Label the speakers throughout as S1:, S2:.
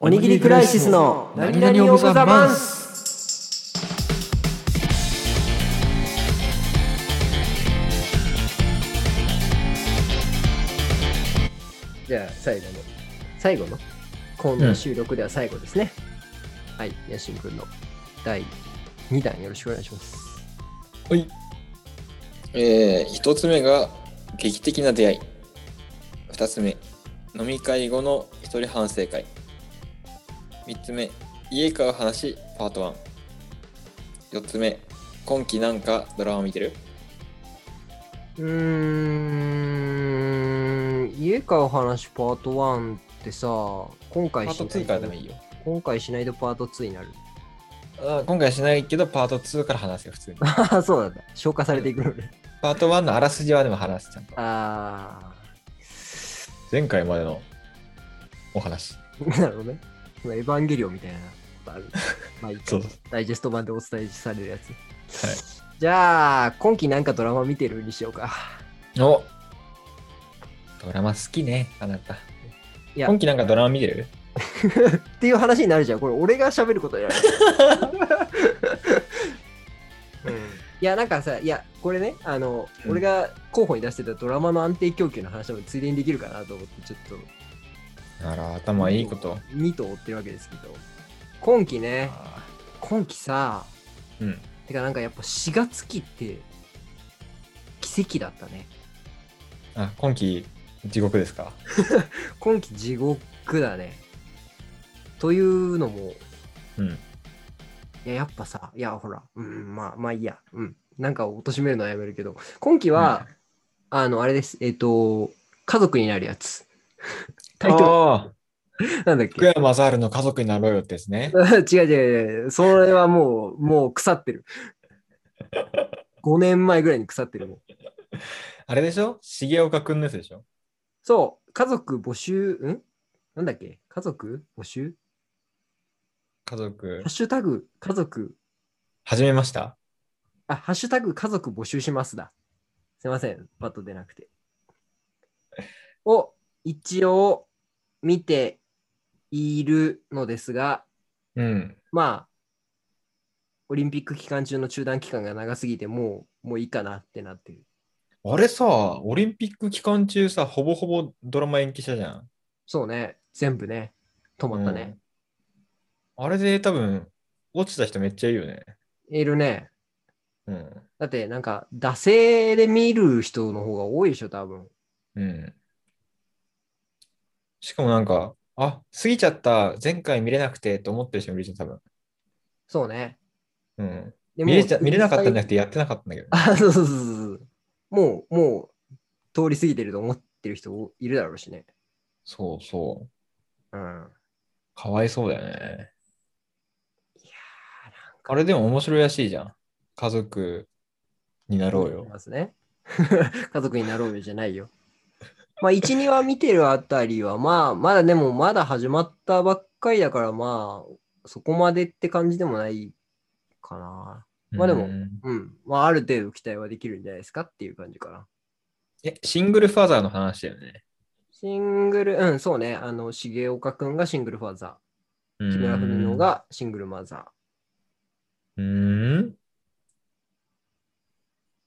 S1: おにぎりクライシスの
S2: 何々オブザマンス
S1: じゃあ最後の最後のこの収録では最後ですね、はいヤシンくんの第2弾よろしくお願いします
S2: はい
S3: えー、一つ目が劇的な出会い。二つ目、飲み会後の一人反省会。三つ目、家買う話パート1。四つ目、今期なんかドラマ見てる
S1: うーん家買う話パート1ってさ今
S3: パ
S1: 回
S3: ー
S1: し
S3: ト
S1: な
S3: 2
S1: い
S3: から
S1: と
S3: でもいいよ。
S1: 今回しないとパート2になる
S3: あ今回しないけど、パート2から話すよ、普通 に。
S1: ああそうなんだ消化されていくの ね
S3: パート1のあらすじはでも話す、ちゃんと。
S1: あ
S3: 前回までのお話。
S1: あなるほどねエヴァンゲリオンみたいなことあ るまあいいか
S3: そうそう。
S1: ダイジェスト版でお伝えされるやつ
S3: はい。
S1: じゃあ今期なんかドラマ見てるにしようか
S3: おドラマ好きね、あなた。
S1: いや
S3: 今期なんかドラマ見てる
S1: っていう話になるじゃん。これ、俺が喋ること じゃない。うん、いや、なんかさ、いや、これね、あの、
S3: うん
S1: 俺が候補に出してたドラマの安定供給の話もついでにできるかなと思って、ちょっと、
S3: あら、頭いいこと。
S1: 2と追ってるわけですけど、今期ね、
S3: あ
S1: 今期さ、
S3: ーうん。
S1: てかなんかやっぱ4月期って、奇跡だったね。
S3: あ、今期、地獄ですか
S1: 今期地獄だね。というのも、
S3: うん。
S1: いや、やっぱさ、いや、ほら、うん、まあ、まあいいや、うん。なんか貶としめるのはやめるけど、今期は、あの、あれです、えっ、と、家族になるやつ。 タイト
S3: ああ、
S1: ル、なんだっ
S3: 福
S1: け
S3: 山雅治の家族になろうよってですね。
S1: 違う違う違う、それはもう、もう腐って る。5年前ぐらいに腐ってるもん。
S3: あれでしょ重岡くんのやつでしょ
S1: そう、家族募集、んなんだっけ家族募集
S3: 家族
S1: ハッ、シュタグ、家族、
S3: 始めました
S1: あ、ハッシュタグ、家族募集しますだ。すいません、パッと出なくて。を、一応、見ているのですが、
S3: うん。
S1: まあ、オリンピック期間中の中断期間が長すぎて、もう、もういいかなってなってる。
S3: あれさ、オリンピック期間中さ、ほぼほぼドラマ延期したじゃん。
S1: そうね、全部ね、止まったね。
S3: うん。あれで多分、落ちた人めっちゃいるよね。
S1: いるね。
S3: うん。
S1: だって、なんか、惰性で見る人の方が多いでしょ、多分。
S3: うん。しかもなんか、あ、過ぎちゃった、前回見れなくてと思ってる人もいるじゃん、多分。
S1: そうね。
S3: うん。
S1: で
S3: 見れちゃ見れなかったんじゃ
S1: ね
S3: なくて、やってなかったんだけど。
S1: あ、そうそうそうそうそう。もう、もう、通り過ぎてると思ってる人いるだろうしね。
S3: そうそう。
S1: うん。なん
S3: かわいそうだよね。
S1: か
S3: あれでも面白いらしいじゃん。家族になろうよ。
S1: ますね。 家族になろうよじゃないよ。まあ、1、2話見てるあたりは、まあ、まだでも、まだ始まったばっかりだから、まあ、そこまでって感じでもないかな。まあでも
S3: うん
S1: うん。まあ、ある程度期待はできるんじゃないですかっていう感じかな。
S3: え、シングルファザーの話だよね。
S1: シングル、うん、そうね。あの、重岡くんがシングルファーザ
S3: 木
S1: ー、木村文乃。がシングルマザー。
S3: うーん。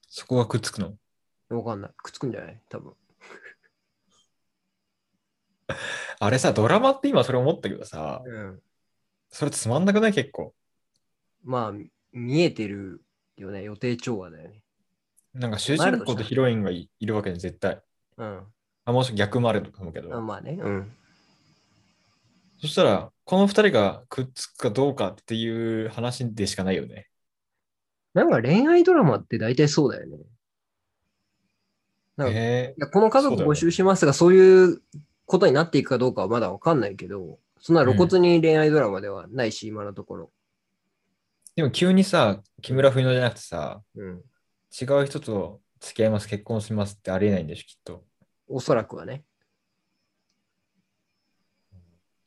S3: そこがくっつくの
S1: わかんない。くっつくんじゃない多分。
S3: あれさ、ドラマって今それ思ったけどさ、
S1: うん。
S3: それつまんなくない結構。
S1: まあ、見えてるよね。予定調和だよね。
S3: なんか主人公とヒロインがいいるわけじゃん、絶対。
S1: うん。
S3: あ、もし逆もあると思うけ
S1: あ
S3: ど。
S1: まあね。うん。
S3: そしたら、この二人がくっつくかどうかっていう話でしかないよね。
S1: なんか恋愛ドラマって大体そうだよね。なんかい
S3: え
S1: やこの家
S3: そ
S1: 族
S3: うだよね
S1: 募集しますが、そういうことになっていくかどうかはまだわかんないけど、そんな露骨に恋愛ドラマではないし、今のところ。
S3: ーでも急にさ、木村文乃じゃなくてさ、
S1: うん。
S3: 違う人と付き合います、結婚しますってありえないんでしょ、きっと。
S1: おそらくはね。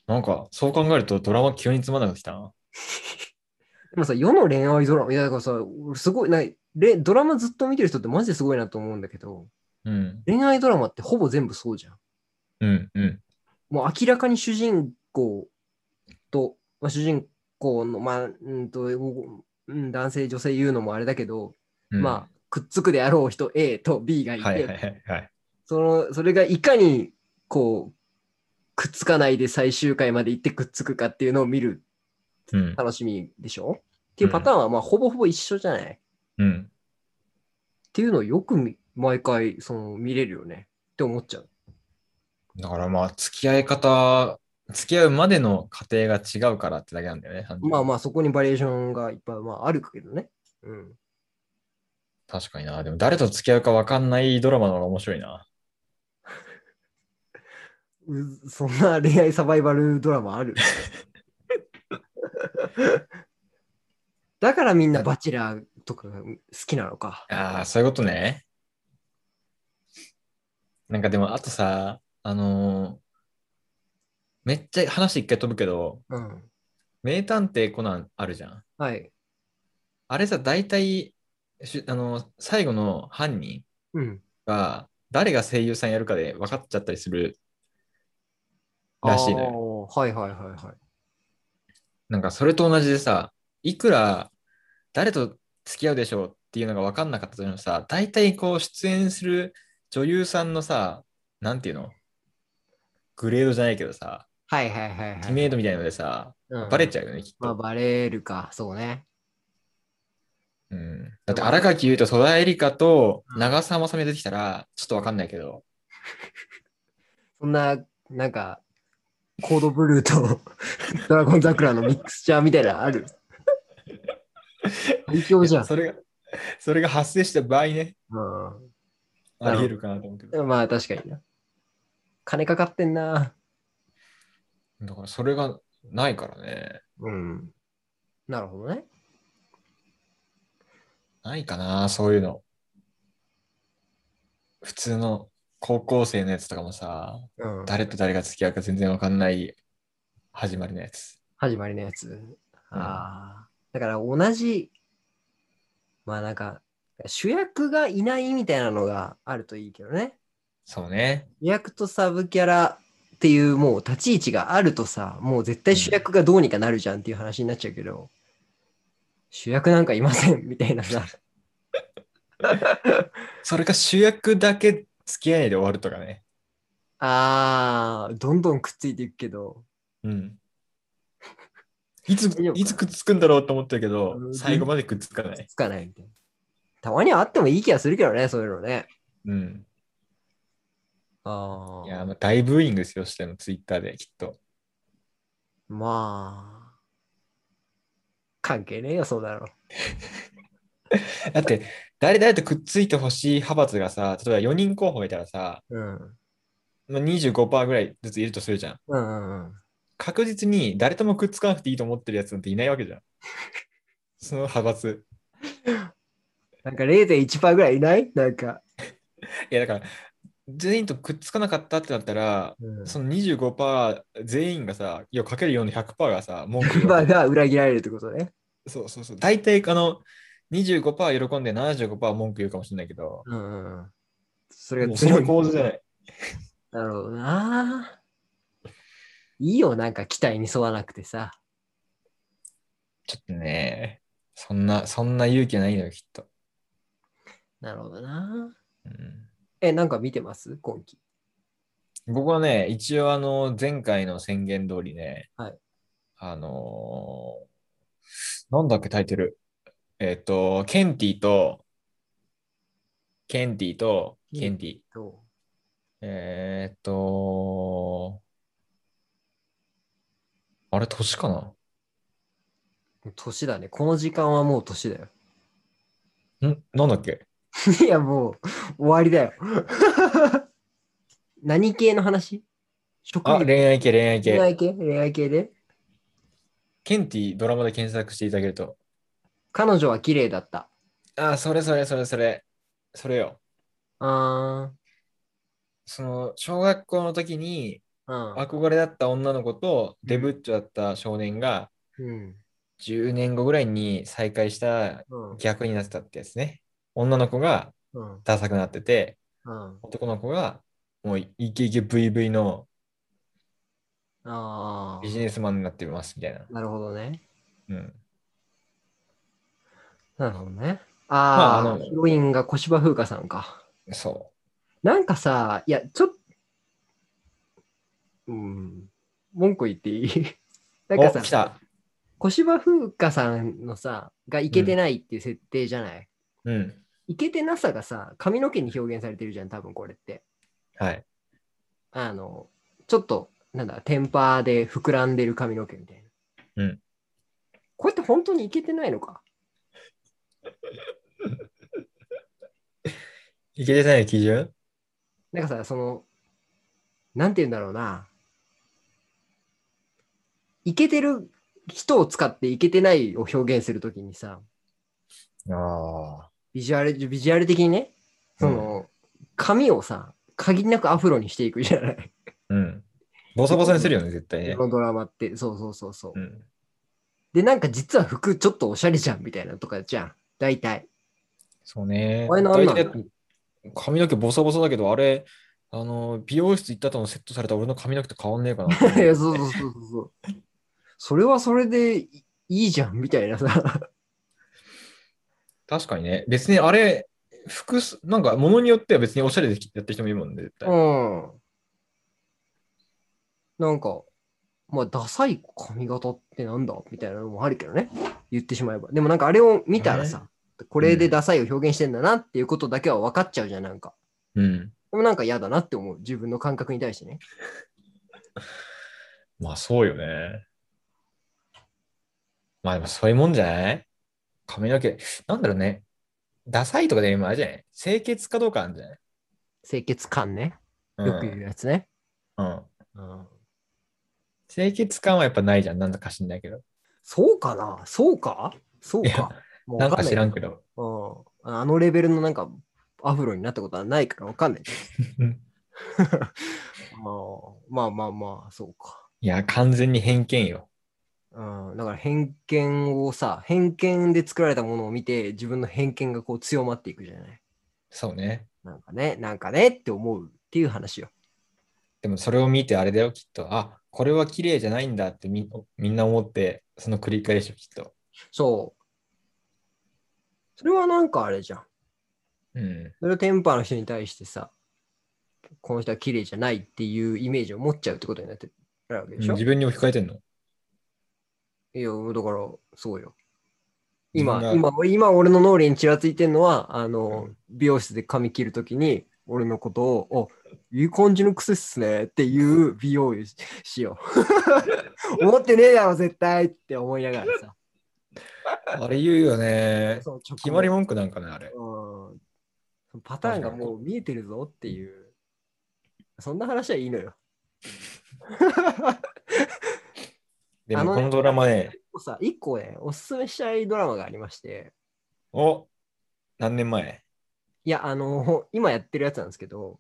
S3: なんか、そう考えるとドラマ急につまんなくきたな。
S1: でもさ、世の恋愛ドラマ、いや、だからさ、俺すごいな、れドラマずっと見てる人ってマジですごいなと思うんだけど、
S3: うん。
S1: 恋愛ドラマってほぼ全部そうじゃん。
S3: うん、うん。
S1: もう明らかに主人公と、まあ、主人公の、まあうんとうん、男性、女性言うのもあれだけど、
S3: うん
S1: まあ、くっつくであろう人 A と B がいて、
S3: はいはいはいはい。
S1: そのそれがいかにこうくっつかないで最終回まで行ってくっつくかっていうのを見る
S3: うん。
S1: 楽しみでしょっていうパターンはまあほぼほぼ一緒じゃない、っ
S3: うん。
S1: ていうのをよくみ毎回その見れるよねって思っちゃう。
S3: だからまあ、付き合い方、付き合うまでの過程が違うからってだけなんだよね。
S1: まあ
S3: あ。
S1: まあそこにバリエーションがいっぱいまああるけどね。うん。
S3: 確かにな。でも誰と付き合うか分かんないドラマの方が面白いな。
S1: うそんな恋愛サバイバルドラマあ るだからみんなバチェラーとかが好きなのか。
S3: ああ、そういうことね。なんかでも、あとさ、あのーめっちゃ話一回飛ぶけど、
S1: うん。
S3: 名探偵コナンあるじゃん。
S1: はい。
S3: あれさ、大体、しあのー最後の犯人
S1: うん。
S3: が、誰が声優さんやるかで分かっちゃったりするらしいのよ。
S1: よ。はいはいはいはい。
S3: なんかそれと同じでさ、いくら誰と付き合うでしょうっていうのが分かんなかったとしてもさ、大体こう出演する女優さんのさ、なんていうのグレードじゃないけどさ、
S1: はいはいはい、はい。
S3: 知名度みたいのでさ、
S1: うん
S3: バレちゃうよね、きっ
S1: まあ
S3: と。
S1: バレるか、そうね。
S3: うん、だって荒垣結衣と戸田恵梨香と長澤まさみ出てきたら、ちょっと分かんないけど、
S1: そんな、なんか、コードブルーと ドラゴン桜のミクスチャーみたいなのあ る。最強じゃん。
S3: それが、 それが発生した場合ね、
S1: う
S3: あり得るかなと思うけど。
S1: ん、まあ確かにな。金かかってんな。
S3: だからそれがないからね。
S1: うん。なるほどね。
S3: ないかな、そういうの。普通の高校生のやつとかもさ、
S1: うん。
S3: 誰と誰が付き合うか全然わかんない始まりのやつ。
S1: 始まりのやつ。ああ。だから同じ、まあなんか、主役がいないみたいなのがあるといいけどね。
S3: そうね。
S1: 主役とサブキャラっていうもう立ち位置があるとさ、もう絶対主役がどうにかなるじゃんっていう話になっちゃうけど、主役なんかいませんみたいな さ、
S3: それか主役だけ付き合いで終わるとかね。
S1: あー、どんどんくっついていくけど、
S3: うん。いつ
S1: 大丈夫か
S3: いつくっつくんだろうと思ったけど
S1: う、ん
S3: 最後までくっつかな
S1: くっ
S3: い。
S1: つかないみたいな。たまにはあってもいい気がするけどね、そういうのね。
S3: うん。
S1: あ
S3: いや、
S1: ー、
S3: まあ、大ブーイングですよ、してのツイッターできっと。
S1: まあ、関係ねえよ、そうだろ。
S3: だって、誰々とくっついてほしい派閥がさ、例えば4人候補がいたらさ、
S1: うん。
S3: まあ25%ぐらいずついるとするじゃん。
S1: うんうんうん。
S3: 確実に誰ともくっつかなくていいと思ってるやつなんていないわけじゃん。 その派閥。
S1: なんか0.1%ぐらいいないなんか。
S3: いやだから全員とくっつかなかったってなったら、
S1: うん
S3: その25%全員がさ、いやかける4の100%がさ、文句言うわ
S1: 今が裏切られるってことね。
S3: けそうそうそう。大体あの25%喜んで75%文句言うかもしれないけど、
S1: うんうんうん。それが
S3: もうそ
S1: ゼロ
S3: の
S1: に
S3: 構図じゃない。
S1: なるほどな。いいよ、なんか期待に沿わなくてさ。
S3: ちょっとね、そんな、そんな勇気ないのよ、きっと。
S1: なるほどな。
S3: うん
S1: え、なんか見てます今期。
S3: 僕はね、一応あの、前回の宣言通りね、
S1: はい
S3: あのーなんだっけタイトル。えっ、と、ケンティと、ケンティと、ケンティ。
S1: ど
S3: えっ、とあれ、年かな
S1: う年だね。この時間はもう年だよ。
S3: んなんだっけ
S1: いや、もう終わりだよ。 何系の話職
S3: あ、
S1: 業
S3: 恋愛系、恋愛
S1: 恋
S3: 系。
S1: 愛系恋愛系で
S3: ケンティドラマで検索していただけると。
S1: 彼女は綺麗だった。
S3: あ、それそれそれそれ。それよ。
S1: あ
S3: その、小学校の時に、
S1: ーうん。
S3: 憧れだった女の子とデブッチョだった少年が
S1: うん。
S3: 10年後ぐらいに再会した
S1: うん。
S3: 逆になってたってやつね。女の子が
S1: うん。
S3: ダサくなってて、
S1: うん。
S3: 男の子がもうイケイケブイブイの
S1: あ
S3: ビジネスマンになってますみたいな。
S1: あ、なるほどね。
S3: うん。
S1: なるほどね。
S3: あ
S1: あー、
S3: あ
S1: あ
S3: の
S1: ヒロインが小芝風花さんか。
S3: そ
S1: なんかさ、いや、ちょっと、うん、文句言ってい い
S3: う。
S1: なんか
S3: お、来
S1: さ、
S3: た。
S1: 小芝風花さんのさ、がいけてないっていう設定じゃない、
S3: うん。
S1: いけてなさがさ、髪の毛に表現されてるじゃん、多分これって。
S3: はい。
S1: あの、ちょっと、なんだ、テンパーで膨らんでる髪の毛みたいな。
S3: うん。
S1: これって本当にいけてないのか
S3: いけてない基準
S1: なんかさ、その、なんて言うんだろうな。イケてる人を使ってイケてないを表現するときにさ、
S3: ああ。
S1: ビジュアル、ビジュアル的にね、その、髪をさ、限りなくアフロにしていくじゃない。
S3: うん。ボサボサにするよね、絶対 ね
S1: こ。のドラマって、そうそうそうそう。
S3: うん。
S1: で、なんか実は服ちょっとおしゃれじゃんみたいなとかじゃん。大体。
S3: そうね。
S1: お前のあんなんだ
S3: 大体髪の毛ボサボサだけど、あれ、あの、美容室行った後のセットされた俺の髪の毛と変わんねえかな。
S1: いや、そうそうそうそうそう。それはそれでいいいじゃんみたいなさ。
S3: 確かにね。別にあれ、服す、なんか物によっては別におしゃれでやってる人もいるもんね、絶対。
S1: うん。なんか、まあ、ダサい髪型ってなんだみたいなのもあるけどね。言ってしまえば。でもなんかあれを見たらさ、これでダサいを表現してんだなっていうことだけは分かっちゃうじゃん、なんか。
S3: うん。
S1: でもなんか嫌だなって思う。自分の感覚に対してね。
S3: まあそうよね。まあでもそういうもんじゃない髪の毛、なんだろうね。ダサいとかでもあれじゃない清潔かどうかあるんじゃない
S1: 清潔感ね。
S3: うん
S1: よく言うやつね。
S3: うん。
S1: うん、
S3: 清潔感はやっぱないじゃん。なんだか知んないけど。
S1: そうかなそうかそう
S3: いや
S1: か。もう
S3: なん
S1: わ
S3: か
S1: い
S3: 知らんけど。
S1: うん、あのレベルのなんかアフロになったことはないからわかん ないけど
S3: うん
S1: あーまあまあまあ、そうか。
S3: いや、完全に偏見よ。
S1: うん、だから偏見をさ、偏見で作られたものを見て、自分の偏見がこう強まっていくじゃない。
S3: そうね。
S1: なんかね、なんかねって思うっていう話よ。
S3: でもそれを見てあれだよ、きっと。あ、これは綺麗じゃないんだってみみんな思って、その繰り返しよ、きっと。
S1: そう。それはなんかあれじゃん。
S3: うん。
S1: それをテンパの人に対してさ、この人は綺麗じゃないっていうイメージを持っちゃうってことになってるわけでしょ。
S3: 自分に置き換えてんの
S1: いや、だから、そうよ。今
S3: 自、分が
S1: 今、今俺の脳裏にちらついてるのは、あの、美容室で髪切るときに、俺のことを、お、いい感じの癖っすねっていう美容師しよう。 思ってねえだろ、絶対って思いながらさ。
S3: あれ言うよね。
S1: その直後
S3: 決まり文句なんかね、あれ。
S1: うん。パターンがもう見えてるぞっていう。そんな話はいいのよ。
S3: で
S1: あの
S3: も
S1: ね
S3: このドラマね、
S1: さ、一個ね、おすすめしたいドラマがありまして、
S3: お何年前
S1: いや、あの、 今やってるやつなんですけど、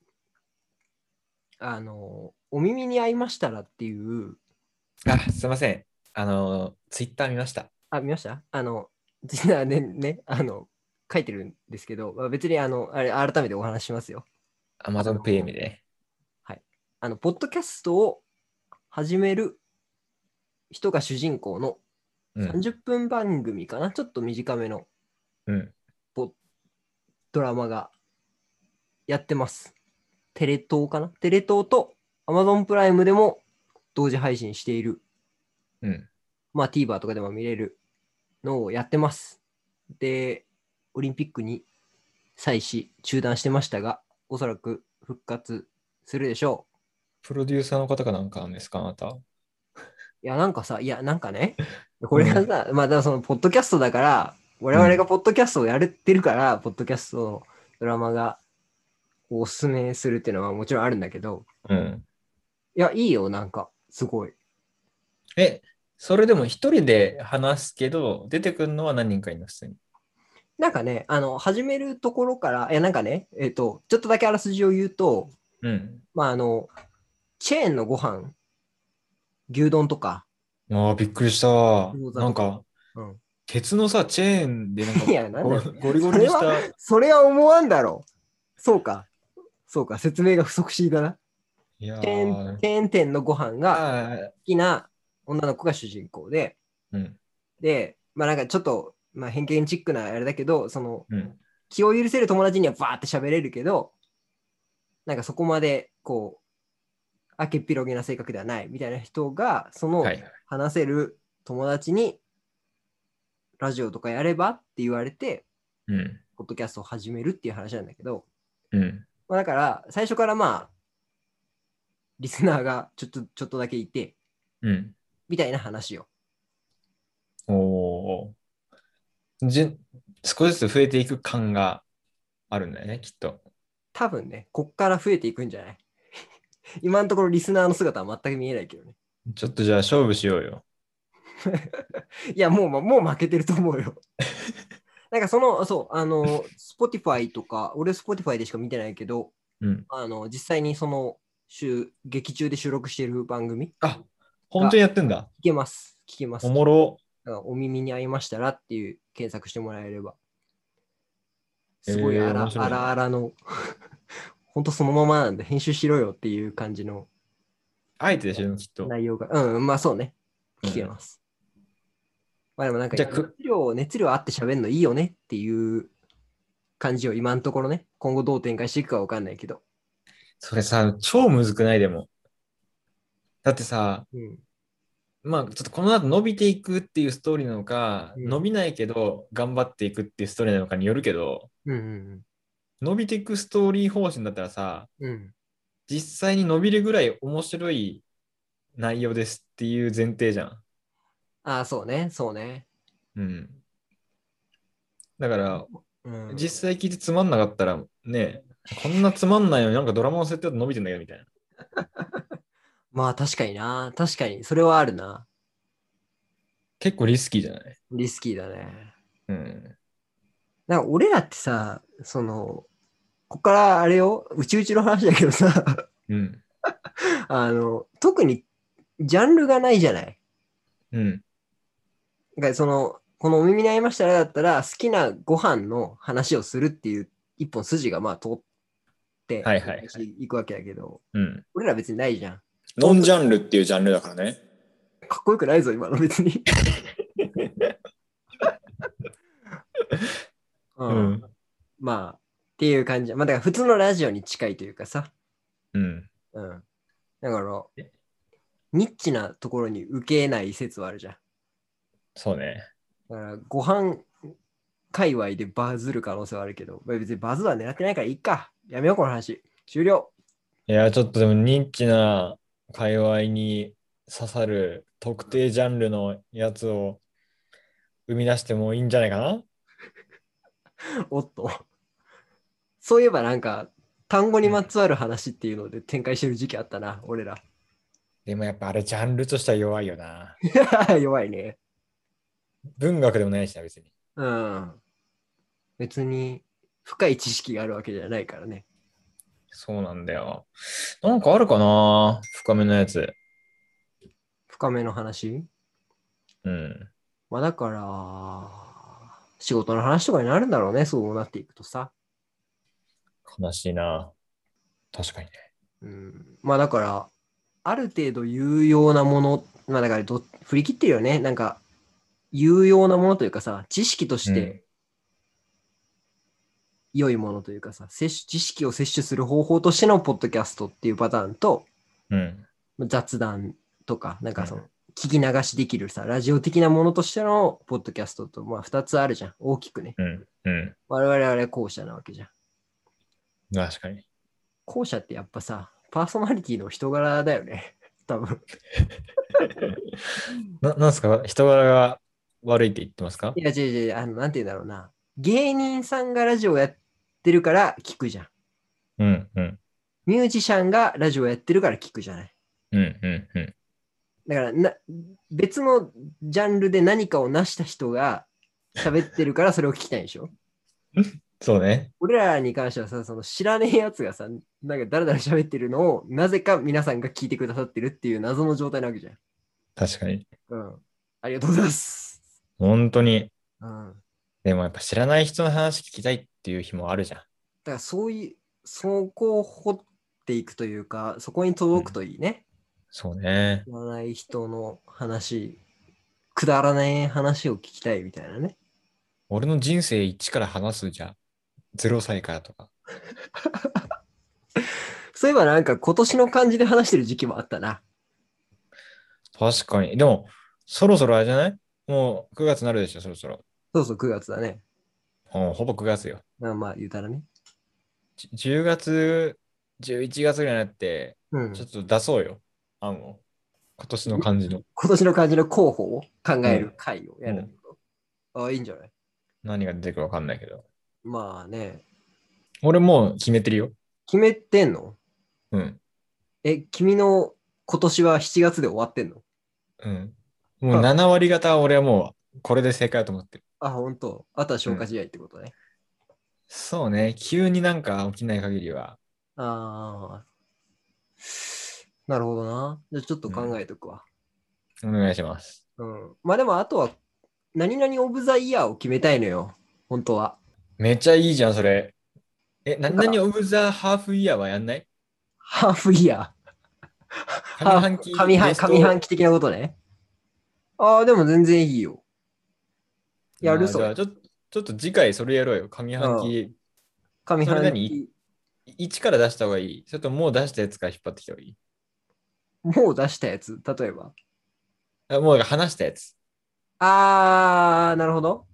S1: あの、お耳に合いましたらっていう、
S3: あ、すいません。あの、ツイッター見ました。
S1: あ、見ましたあの、 実はね、ね、あの、書いてるんですけど、まあ、別にあの、あれ、改めてお話ししますよ。
S3: Amazon プレミで。
S1: あの、ポッドキャストを始める人が主人公の
S3: うん。
S1: 30分番組かな、ちょっと短めの
S3: うん。
S1: ドラマがやってます。テレ東かなテレ東と Amazon プライムでも同時配信している
S3: うん。
S1: まあ、TVer とかでも見れるのをやってます。で、オリンピックに際し中断してましたが、おそらく復活するでしょ
S3: プロデューサーの方かなんかなんですか、あなた。
S1: う。いや、なんかさ、いや、なんかね、これがさ、まあ、だからその、ポッドキャストだから、我々がポッドキャストをやれてるから、ポッドキャストのドラマがおすすめするっていうのはもちろんあるんだけど、
S3: うん。
S1: いや、いいよ、なんか、すごい。
S3: え、それでも一人で話すけど、出てくるのは何人かいるの、普通に。
S1: なんかね、あの、始めるところから、いや、なんかね、えっ、と、ちょっとだけあらすじを言うと、
S3: うん。
S1: まああの、チェーンのご飯、牛丼とか、
S3: ああ、びっくりした。
S1: 餃子
S3: なんか、
S1: うん
S3: 鉄のさ、チェーンでなんか
S1: いやなんだよ
S3: ゴリゴリにし
S1: そ
S3: た。
S1: それは思わんだろう。そうか。そうか、説明が不足しだな。
S3: いやー
S1: チェーン店のご飯が好
S3: あー
S1: きな女の子が主人公で、
S3: うん。
S1: で、まあなんかちょっと、まあ、偏見チックなあれだけど、その
S3: うん。
S1: 気を許せる友達にはバーって喋れるけど、なんかそこまでこう、明けっぴろげな性格ではないみたいな人が、その
S3: はいはい。
S1: 話せる友達に、ラジオとかやればって言われて、
S3: うん。
S1: ポッドキャストを始めるっていう話なんだけど、
S3: うん。
S1: まあ、だから、最初からまあ、リスナーがちょっとちょっとだけいて、
S3: うん。
S1: みたいな話を。
S3: おーじゅ少しずつ増えていく感があるんだよね、きっと。
S1: 多分ね、こっから増えていくんじゃない 今のところリスナーの姿は全く見えないけどね。
S3: ちょっとじゃあ勝負しようよ。
S1: いや、もう、もう負けてると思 うよ。なんかその、そう、あの、Spotify とか、俺 Spotify でしか見てないけど、
S3: うん。
S1: あの、実際にその、週劇中で収録してる番組、
S3: あ本当にやってんだ。
S1: 聞けます。聞けます。
S3: おもろ。
S1: だからお耳に合いましたらっていう検索してもらえれば。すごいあら、
S3: えー面白い
S1: あ
S3: ね
S1: らあらの、 ほんとそのままなんで編集しろよっていう感じの
S3: あえてでしょ、きっと。
S1: 内容が。うん、まあそうね。
S3: うん
S1: 聞けます。まあでもなんか
S3: じゃあく
S1: 熱量、熱量あって喋るのいいよねっていう感じを今のところね、今後どう展開していくかわかんないけど。
S3: それさ、超むずくないでも。だってさ、
S1: うん。
S3: まあ、ちょっとこの後伸びていくっていうストーリーなのか、
S1: うん
S3: 伸びないけど頑張っていくっていうストーリーなのかによるけど、
S1: うんうん
S3: 伸びていくストーリー方針だったらさ、
S1: うん。うん。
S3: 実際に伸びるぐらい面白い内容ですっていう前提じゃん。
S1: ああ、そうね、そうね。
S3: うん。だから、
S1: うん、
S3: 実際聞いてつまんなかったら、ね、こんなつまんないのになんかドラマの設定だと伸びてんだけどみたいな。
S1: まあ確かにな。確かに、それはあるな。
S3: 結構リスキーじゃない
S1: リスキーだね。
S3: うん。
S1: なんか俺らってさ、その、こっからあれよ、うちうちの話だけどさ、
S3: うん。
S1: あの、特にジャンルがないじゃない。
S3: うん。
S1: だからその、このお耳に合いましたらだったら、好きなご飯の話をするっていう一本筋がまあ通って、
S3: はいはいはい
S1: いくわけだけど、
S3: うん。
S1: 俺ら別にないじゃん。
S4: ノンジャンルっていうジャンルだからね。
S1: かっこよくないぞ、今の別 に。う
S3: うんん。
S1: まあ、っていう感じ。まあ、だから普通のラジオに近いというかさ。
S3: うん。
S1: うん。だから
S3: え、
S1: ニッチなところに受けない説はあるじゃん。
S3: そうね。
S1: だから、ご飯界隈でバズる可能性はあるけど、まあ別にバズは狙ってないからいいか。やめよう、この話。終了。
S3: いや、ちょっとでもニッチな界隈に刺さる特定ジャンルのやつを生み出してもいいんじゃないかな
S1: おっと。そういえばなんか、単語にまつわる話っていうので展開してる時期あったな、俺ら。
S3: でもやっぱあれジャンルとしては弱いよ な。
S1: 弱いね。
S3: 文学でもないしな、別に。
S1: うん。別に深い知識があるわけじゃないからね。
S3: そうなんだよ。なんかあるかな深めのやつ。
S1: 深めの話
S3: うん。
S1: まあだから、仕事の話とかになるんだろうね、そうなっていくとさ。
S3: 悲しいな。確かにね。
S1: うん、まあだから、ある程度有用なもの、まあだからど、振り切ってるよね、なんか、有用なものというかさ、知識として良いものというかさ、摂取知識を摂取する方法としてのポッドキャストっていうパターンと、
S3: うん。
S1: 雑談とか、なんかそうの、聞き流しできるさ、ラジオ的なものとしてのポッドキャストと、まあ2つあるじゃん、大きくね。
S3: うん。うん。
S1: 我々はあれ後者なわけじゃん。
S3: 確かに。
S1: 後者ってやっぱさ、パーソナリティの人柄だよね。多分。
S3: な、なんすか人柄が悪いって言ってますか
S1: いや、違う違う違う、あの、なんて言うんだろうな。芸人さんがラジオやってるから聞くじゃん。
S3: うん。うん。
S1: ミュージシャンがラジオやってるから聞くじゃない。
S3: うん。うん。うん。
S1: だからな、別のジャンルで何かを成した人が喋ってるからそれを聞きたいんでしょ
S3: そうね。
S1: 俺らに関してはさ、その知らねえやつがさ、なんかだらだら喋ってるのを、なぜか皆さんが聞いてくださってるっていう謎の状態なわけじゃん。
S3: 確かに。
S1: うん。ありがとうございます。
S3: 本当に。
S1: うん。
S3: でもやっぱ知らない人の話聞きたいっていう日もあるじゃん。
S1: だからそういう、そこを掘っていくというか、そこに届くといいね。
S3: そうね。
S1: 知らない人の話、くだらない話を聞きたいみたいなね。
S3: 俺の人生一から話すじゃん。0歳からとか。
S1: そういえばなんか今年の感じで話してる時期もあったな。
S3: 確かに。でも、そろそろあれじゃないもう9月になるでしょ、そろそろ。
S1: そうそう、9月だね。
S3: うんほぼ9月よ。
S1: まあまあ言うたらね。
S3: じ10月、11月ぐらいになって、
S1: うん。
S3: ちょっと出そうよ。案を。今年の感じの。
S1: 今年の感じの候補を考える会をやる。あ、いいんじゃない
S3: 何が出てくるかわかんないけど。
S1: まあね。
S3: 俺もう決めてるよ。
S1: 決めてんの
S3: うん。
S1: え、君の今年は7月で終わってんの
S3: うん。もう7割方は俺はもうこれで正解だと思ってる。
S1: あ、本当。あとは消化試合ってことね。
S3: そうね。急になんか起きない限りは。
S1: ああ。なるほどな。じゃあちょっと考えとくわ。
S3: お願いします。
S1: うん。まあでもあとは、何々オブザイヤーを決めたいのよ。本当は。
S3: めっちゃいいじゃん、それ。え、な
S1: だから
S3: 何オブザハーフイヤーはやんない
S1: ハーフイヤー。
S3: 上半期。
S1: 上半
S3: ベスト
S1: 上半期的なことね。ああ、でも全然いいよ。やる
S3: あー
S1: そ
S3: じ
S1: れ
S3: ゃあちょっとちょっと次回それやろうよ。上半期
S1: 上
S3: それ
S1: 半期
S3: 何。1から出した方がいい。それともう出したやつから引っ張ってきた方がいい。
S1: もう出したやつ、例えば。
S3: あもう話したやつ。
S1: あー、なるほど。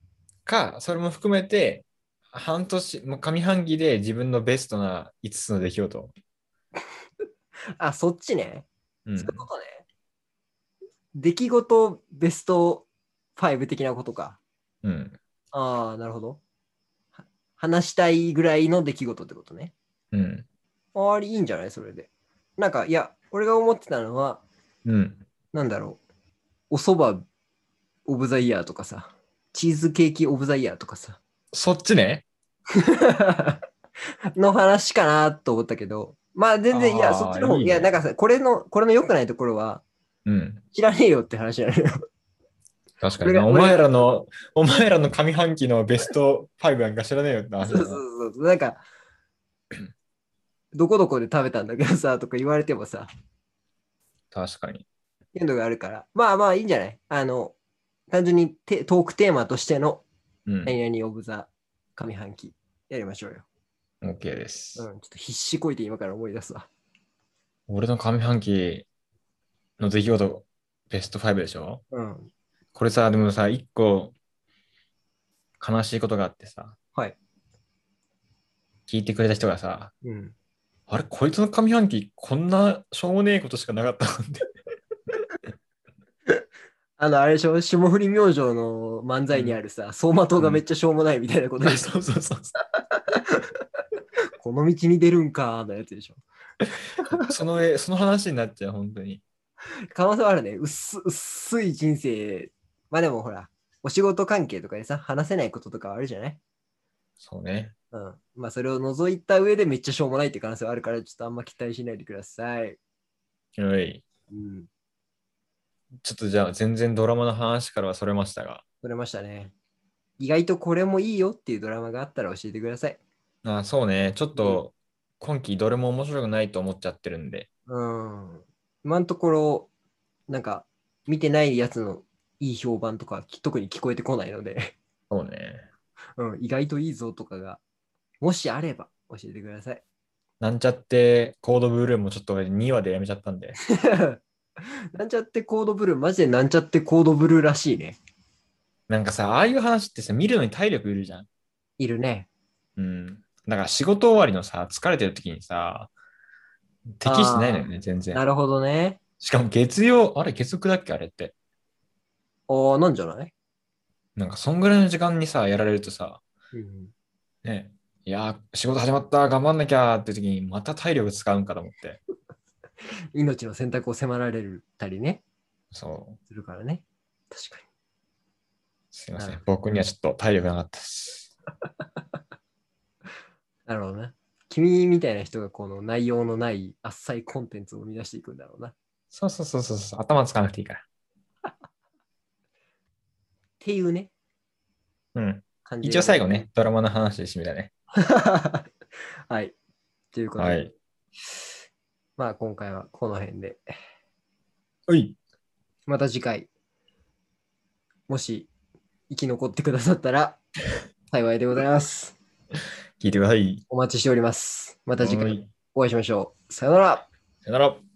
S3: か、それも含めて、半年、もう上半期で自分のベストな5つの出来事。
S1: あ、そっちね。
S3: うん
S1: そういうことね。出来事ベスト5的なことか。
S3: うん。
S1: ああ、なるほど。は話したいぐらいの出来事ってことね。
S3: うん。
S1: ああ、いいんじゃないそれで。なんか、いや、俺が思ってたのは、
S3: うん。
S1: なんだろう。おそばオブザイヤーとかさ。チーズケーキオブザイヤーとかさ。
S3: そっちね。
S1: の話かなと思ったけど。まあ全然、い
S3: あ
S1: や、
S3: ー
S1: そっちの方、
S3: いい
S1: い
S3: ね
S1: や、なんかさ、これの、これの良くないところは、
S3: うん。
S1: 知らねえよって話なのよ。
S3: 確か
S1: 俺
S3: に
S1: が
S3: な。お
S1: 俺が
S3: 前らの、お前らの上半期のベスト5なんか知らねえよって話
S1: そう
S3: だ
S1: そう
S3: な。
S1: そうそう。なんか、どこどこで食べたんだけどさ、とか言われてもさ、
S3: 確かに。
S1: っていうのがあるから。まあまあいいんじゃないあの、単純にテトークテーマとしての、
S3: うん。
S1: 何々オブザ上半期、やりましょうよ。
S3: OK です。
S1: うん、ちょっと必死こいて今から思い出すわ。
S3: 俺の上半期の出来事、ベスト5でしょ
S1: うん。
S3: これさ、でもさ、一個悲しいことがあってさ、
S1: はい。
S3: 聞いてくれた人がさ、
S1: うん。
S3: あれ、こいつの上半期、こんなしょうもねえことしかなかったのって。
S1: あの、あれでしょ霜降り明星の漫才にあるさ、走馬灯がめっちゃしょうもないみたいなことでしょ、
S3: そうそうそうそ
S1: この道に出るんかーのやつでしょ
S3: う。その上、その話になっちゃう、本当に。
S1: 可能性はあるね。薄薄い人生。まあでもほら、お仕事関係とかでさ、話せないこととかはあるじゃない
S3: そうね。
S1: うん。まあそれを除いた上でめっちゃしょうもないって可能性はあるから、ちょっとあんま期待しないでください。
S3: はい。
S1: うん。
S3: ちょっとじゃあ、全然ドラマの話からはそれましたが。
S1: 取れましたね。意外とこれもいいよっていうドラマがあったら教えてください。
S3: あそうね。ちょっと、今期どれも面白くないと思っちゃってるんで。
S1: うん。今のところ、なんか、見てないやつのいい評判とか、き特に聞こえてこないので、
S3: そうね。
S1: うん、意外といいぞとかが、もしあれば教えてください。
S3: なんちゃって、コードブルーもちょっと俺2話でやめちゃったんで。
S1: なんちゃってコードブルー、マジでなんちゃってコードブルーらしいね。
S3: なんかさ、ああいう話ってさ、見るのに体力いるじゃん。
S1: いるね。
S3: うん。だから仕事終わりのさ、疲れてる時にさ、適してないのよね、全
S1: な
S3: 然。
S1: るほどね。
S3: しかも月曜、あれ月9だっけあれって。
S1: ああ、なんじゃない、
S3: なんかそんぐらいの時間にさ、やられるとさ、
S1: うん、
S3: ね、いやー、仕事始まった、頑張んなきゃーって時に、また体力使うんかと思って。
S1: 命の選択を迫られたりね、
S3: そう。
S1: するからね。確かに。
S3: すいませ
S1: うん
S3: ん。僕にはちょっと体力なかったです。
S1: なるほどね。君みたいな人がこの内容のないあっさいコンテンツを生み出していくんだろうな。っ
S3: そうそうそうそうそう、頭使わなくていいから。
S1: ていうね、
S3: うん。
S1: 感じで
S3: 一応最 後ね。、ドラマの話で締めだね。
S1: はい。ということで、
S3: はい。
S1: まあ今回はこの辺で。
S3: はい。
S1: また次回、もし生き残ってくださった ら幸いでございます。
S3: 聞いてください。
S1: お待ちしております。また次
S3: は
S1: 回
S3: い
S1: お会いしましょう。さよなら。
S3: さよなら。